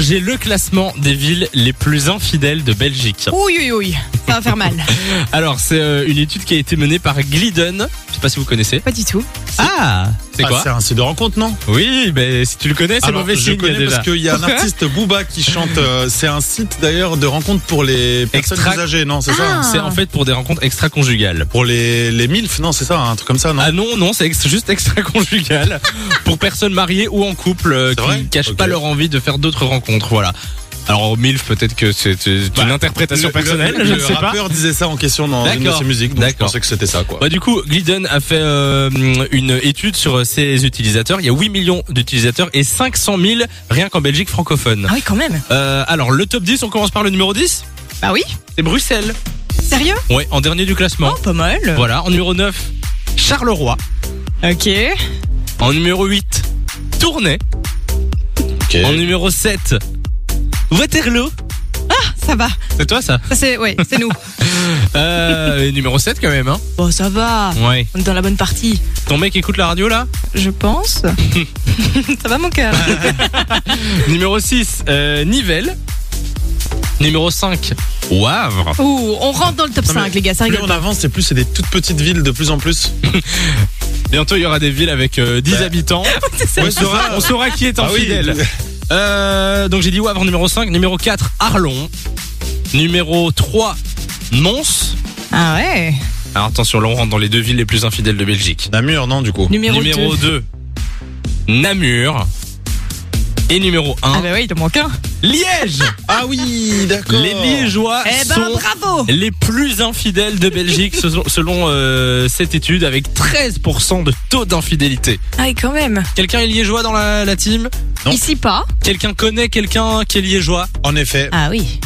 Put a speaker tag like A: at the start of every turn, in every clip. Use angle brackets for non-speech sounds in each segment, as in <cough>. A: J'ai le classement des villes les plus infidèles de Belgique.
B: Ouh, ouh, ouh, ça va faire mal.
A: Alors, c'est euh, une étude qui a été menée par Glidden. Je sais pas si vous connaissez.
B: Pas du tout.
A: Ah C'est
C: Ah,
A: quoi
C: C'est un site de rencontre, non
A: Oui, mais si tu le connais, c'est
C: Alors,
A: mauvais
C: Je
A: signe
C: connais
A: déjà.
C: parce qu'il y a
A: <laughs>
C: un artiste Booba qui chante. euh, c'est un site d'ailleurs de rencontre pour les personnes
A: Extra-
C: âgées, non C'est ça hein.
B: Ah.
A: C'est en fait pour des rencontres extra-conjugales.
C: Pour les, les MILF, non C'est ça, un truc comme ça, non
A: Ah non, non, c'est ex- juste
C: <laughs>
A: extra-conjugal pour personnes mariées ou en couple euh,
C: C'est vrai
A: qui ne cachent
C: Ok.
A: pas leur envie de faire d'autres rencontres. Voilà. Alors, au MILF, peut-être que c'est c'est une interprétation
C: Bah, Le-
A: personnelle,
C: le,
A: je ne
C: le
A: sais pas.
C: rappeur disait ça en question dans une de
A: D'accord.
C: ses musiques, donc je
A: D'accord.
C: pensais que c'était ça, quoi.
A: Bah, du coup, Glidden a fait euh, une étude sur euh, ses utilisateurs. Il y a 8 millions d'utilisateurs et 500 000 rien qu'en Belgique francophone.
B: Ah oui, quand même.
A: Euh, alors, le top 10, on commence par le numéro 10
B: Bah oui.
A: C'est Bruxelles.
B: Sérieux
A: Ouais, en dernier du classement.
B: Oh, pas mal.
A: Voilà, en numéro 9, Charleroi.
B: Ok.
A: En numéro 8, Tournai.
C: Ok.
A: En numéro 7, Waterloo.
B: Ça va.
A: C'est toi ça
B: Ça, c'est, ouais, c'est nous.
A: <laughs> Euh, et numéro 7 quand même, hein
B: <laughs> Bon, ça va.
A: Ouais.
B: On est dans la bonne partie,
A: Ton mec écoute la radio <laughs> là
B: je pense. ça va, mon cœur.
A: Numéro 6, euh, Nivelles. Numéro 5, Wavre.
B: <laughs> Ouh, on rentre dans le top
C: Non, mais
B: 5, les gars. Ça
C: Plus
B: rigole.
C: on avance, et plus c'est des toutes petites villes de plus en plus.
A: Bientôt, il y aura des villes avec euh, 10
C: Bah.
A: habitants.
C: Ouais,
A: on,
C: c'est
A: saura,
C: ça.
A: on saura qui est
C: Ah oui.
A: infidèle. Euh, donc j'ai dit Wavre numéro 5, numéro 4 Arlon, numéro 3 Mons.
B: Ah ouais.
A: Alors attention, là on rentre dans les deux villes les plus infidèles de Belgique.
C: Namur, non, du coup.
B: Numéro,
A: Numéro
B: 2.
A: 2 Namur et numéro 1
B: Ah bah oui, il en manque un.
A: Liège.
C: Ah oui, d'accord.
A: Les Liégeois
B: Eh ben,
A: sont
B: bravo.
A: les plus infidèles de Belgique selon, selon, euh, cette étude avec 13% de taux d'infidélité.
B: Ah, et quand même.
A: Quelqu'un est liégeois dans la, la team
C: Non.
B: Ici, pas.
A: Quelqu'un connaît quelqu'un qui est liégeois
C: En effet.
B: Ah oui.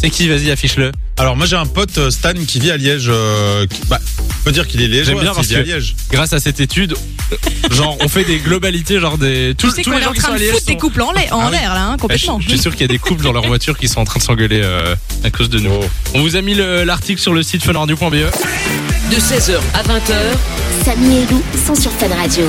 A: C'est qui Vas-y, affiche-le.
C: Alors moi j'ai un pote euh, Stan qui vit à Liège. euh, qui- bah, peut dire qu'il est liège.
A: J'aime bien parce
C: vit à
A: que-
C: Liège.
A: Grâce à cette étude, euh, genre on fait des globalités, genre des tous,
B: tu sais
A: tous
B: qu'on
A: les
B: est
A: gens
B: en
A: qui sont
B: train
A: à
B: de
A: Liège
B: foutre
A: sont-
B: des couples en l'air, en
A: Ah oui.
B: l'air là, hein,
A: Ah, je,
B: complètement.
A: je suis sûr qu'il y a des couples dans leur voiture qui sont en train de s'engueuler euh, à cause de nous. On vous a mis le- l'article sur le site E. funradio.be.
D: de 16h à 20h.
E: Samy et Lou sont sur Fan Radio.